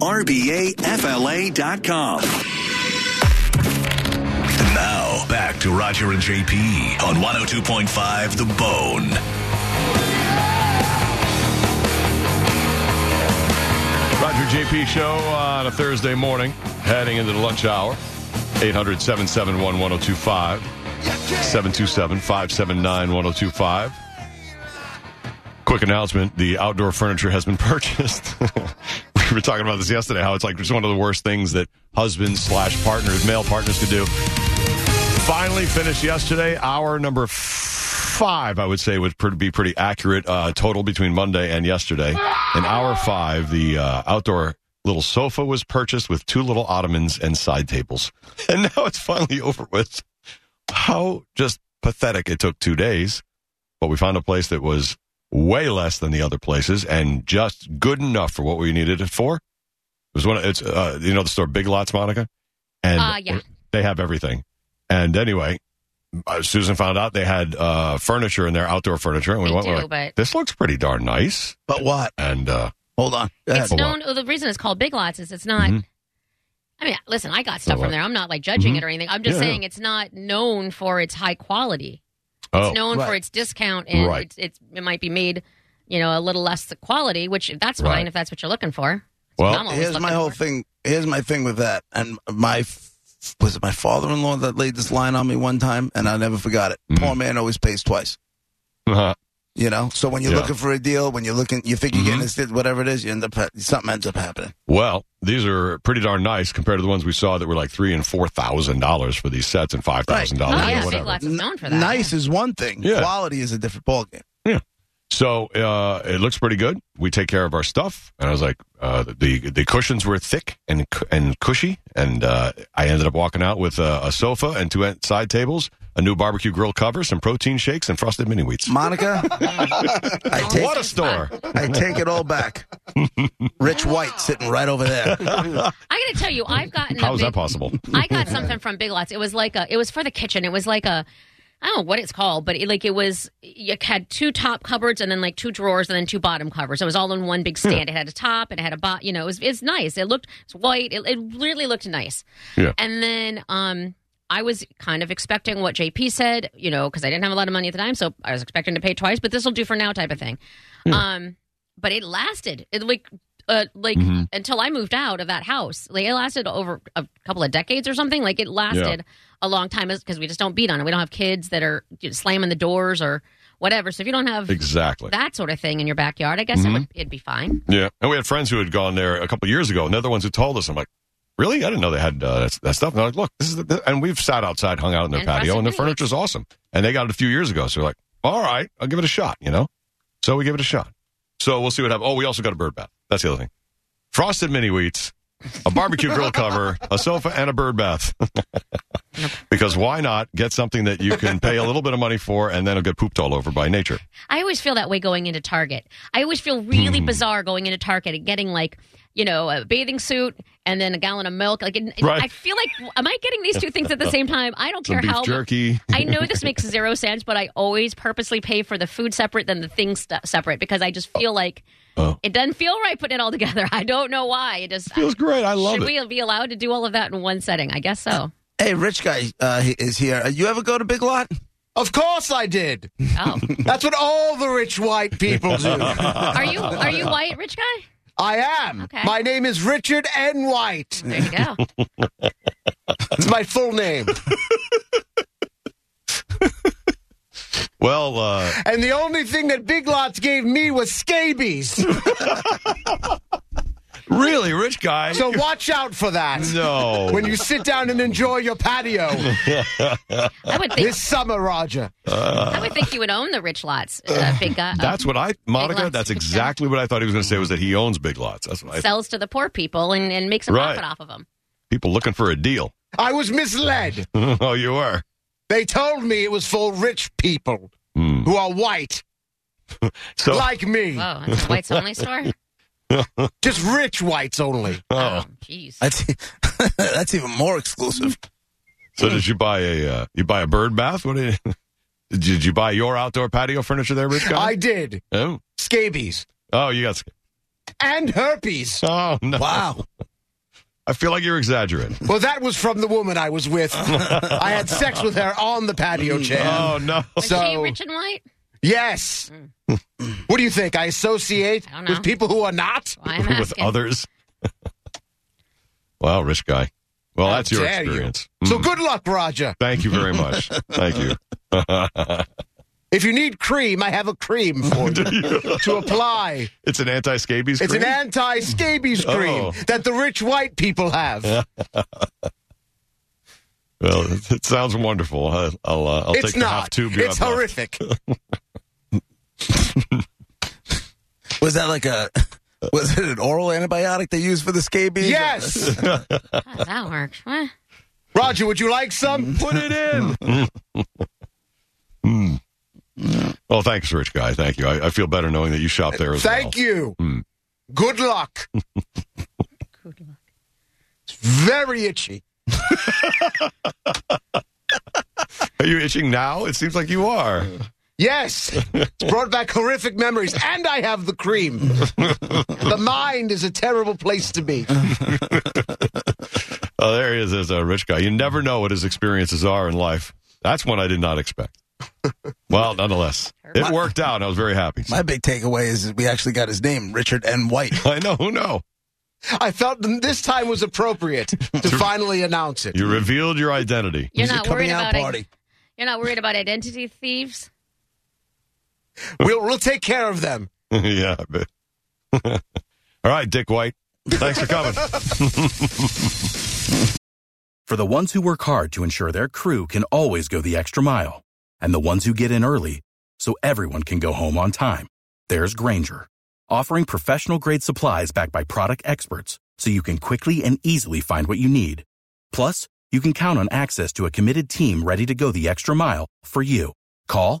RBAFLA.com. Now, back to Roger and JP on 102.5 The Bone. Roger JP show on a Thursday morning, heading into the lunch hour. 800 771 1025. 727 579 1025. Quick announcement the outdoor furniture has been purchased. we were talking about this yesterday, how it's like it's one of the worst things that husbands slash partners, male partners could do. Finally finished yesterday, hour number five, I would say, would pr- be pretty accurate uh, total between Monday and yesterday. In hour five, the uh, outdoor little sofa was purchased with two little ottomans and side tables. And now it's finally over with. How just pathetic it took two days, but we found a place that was way less than the other places and just good enough for what we needed it for. It was one of it's uh, you know the store Big Lots, Monica, and Uh, yeah. they have everything. And anyway, uh, Susan found out they had uh, furniture in their outdoor furniture, and we They went we're do, like, but- this looks pretty darn nice. But what? And uh, Hold on. It's Oh, wow. known. The reason it's called Big Lots is it's not. Mhm. I mean, listen, I got stuff wow. from there. I'm not like judging Mhm. it or anything. I'm just Yeah, yeah. saying it's not known for its high quality. oh, It's known for right. its discount and Right. it's, it's it might be made, you know, a little less the quality, which that's Right. fine if that's what you're looking for. That's Well, what I'm always Here's my looking whole for. thing. Here's my thing with that. And my f- was it my father-in-law that laid this line on me one time, and I never forgot it. Mhm. Poor man always pays twice. uh-huh. You know, so when you're Yeah. looking for a deal, when you're looking, you think you're Mhm. getting this, deal, whatever it is, you end up ha- something ends up happening. Well, these are pretty darn nice compared to the ones we saw that were like three and four thousand dollars for these sets and five thousand Oh, dollars yeah, or Big whatever. Lots is known for that. Nice is one thing. Yeah. Quality is a different ballgame. So uh, it looks pretty good. We take care of our stuff, and I was like, uh, the the cushions were thick and cu- and cushy, and uh, I ended up walking out with a, a sofa and two en- side tables, a new barbecue grill cover, some protein shakes, and frosted mini wheats. Monica, I All take What a this is fun. store! I take it all back. Rich White sitting right over I there. got to tell you, I've gotten. a How is that big- possible? I got something from Big Lots. It was like a. It was for the kitchen. It was like a. I don't know what it's called, but it, like it was, you had two top cupboards and then like two drawers and then two bottom covers. It was all in one big stand. It had a top and it had a bot. You know, it was it's nice. It looked it's white. It, it really looked nice. Yeah. And then um, I was kind of expecting what JP said, you know, because I didn't have a lot of money at the time, so I was expecting to pay twice. But this will do for now, type of thing. Um, but it lasted. It like uh, like Mhm. until I moved out of that house. Like it lasted over a couple of decades or something. Like it lasted a long time because we just don't beat on it. We don't have kids that are you know, slamming the doors or whatever. So if you don't have Exactly. that sort of thing in your backyard, I guess it would, it'd be fine. Yeah, and we had friends who had gone there a couple years ago, and they're the ones who told us. I'm like, really? I didn't know they had uh, that, that stuff. And they're like, look, this is the, and we've sat outside, hung out in their And patio, frosted and the mini furniture's awesome. And they got it a few years ago, so we're like, all right, I'll give it a shot. You know, so we give it a shot. So we'll see what happens. Oh, we also got a bird bath. That's the other thing. Frosted mini wheats, a barbecue grill cover, a sofa, and a bird bath. because why not get something that you can pay a little bit of money for, and then it'll get pooped all over by nature. I always feel that way going into Target. I always feel Hmm. really bizarre going into Target and getting like, you know, a bathing suit and then a gallon of milk. Like, it- Right. I feel like, am I getting these two things at the same time? I don't Some care beef how. jerky. I know this makes zero sense, but I always purposely pay for the food separate than the things st- separate because I just feel like Oh. it doesn't feel right putting it all together. I don't know why. It just Feels great. I love should it. we be allowed to do all of that in one setting? I guess so. Hey, Rich Guy uh, he- is here. Uh, You ever go to Big Lot? Of course I did. Oh, That's what all the rich white people do. are you are you white, rich guy? I am. Okay. My name is Richard N. White. There you go. It's my full name. Well, uh, And the only thing that Big Lots gave me was scabies. Really, rich guy. So watch out for that. No. When you sit down and enjoy your patio I would think this summer, Roger. I would think you would own the rich lots, uh, big guy. That's what I, Monica. Lots. That's exactly what I thought he was going to say. Was that he owns big lots? That's what I. sells to the poor people and, and makes a Right. profit off of them. People looking for a deal. I was misled. oh, you are. They told me it was for rich people Hmm. who are white, So like me. Whoa, that's a whites only store. Just rich whites only. Oh, jeez. That's, e-, that's even more exclusive. So did you buy a uh, you buy a bird bath? What did you, did you buy your outdoor patio furniture there, Rich Guy? I did. oh. Scabies oh, you got. and herpes. Oh no! Wow. I feel like you're exaggerating. Well, that was from the woman I was with. I had sex with her on the Mm. patio chair. Oh no! Was she so- rich and white? Yes. what do you think? I associate Mm. I don't know. with people who are not? Why I'm With asking. others. wow, Rich Guy. Well, How that's your dare you. experience. So Mm. good luck, Roger. Thank you very much. Thank you. If you need cream, I have a cream for you to apply. It's an anti-scabies. It's an cream? anti scabies cream Oh. that the rich white people have. Well, it, it sounds wonderful. I, I'll uh, I'll it's take the half not. tube. you It's have left. horrific. Was that like a was it an oral antibiotic they used for the scabies? yes. How does that work? What? Roger, would you like some? Put it in. Mm. Well, thanks, Rich Guy. Thank you. I, I feel better knowing that you shop there as well. Thank you. Mm. Good luck. Good luck. It's very itchy. Are you itching now? It seems like you are. Yes. It's brought back horrific memories. And I have the cream. the mind is a terrible place to be. Oh, there he is, as a rich guy. You never know what his experiences are in life. That's one I did not expect. Well, nonetheless, it worked out. I was very happy. My big takeaway is that we actually got his name, Richard N. White. I know. Who know? I felt th- this time was appropriate to finally announce it. You revealed your identity. You're He's a not worried coming out about it. party. You're not worried about identity thieves. We'll, we'll take care of them. yeah. I bet. All right, Dick White. Thanks for coming. For the ones who work hard to ensure their crew can always go the extra mile, and the ones who get in early so everyone can go home on time, there's Granger, offering professional grade supplies backed by product experts so you can quickly and easily find what you need. Plus, you can count on access to a committed team ready to go the extra mile for you. Call,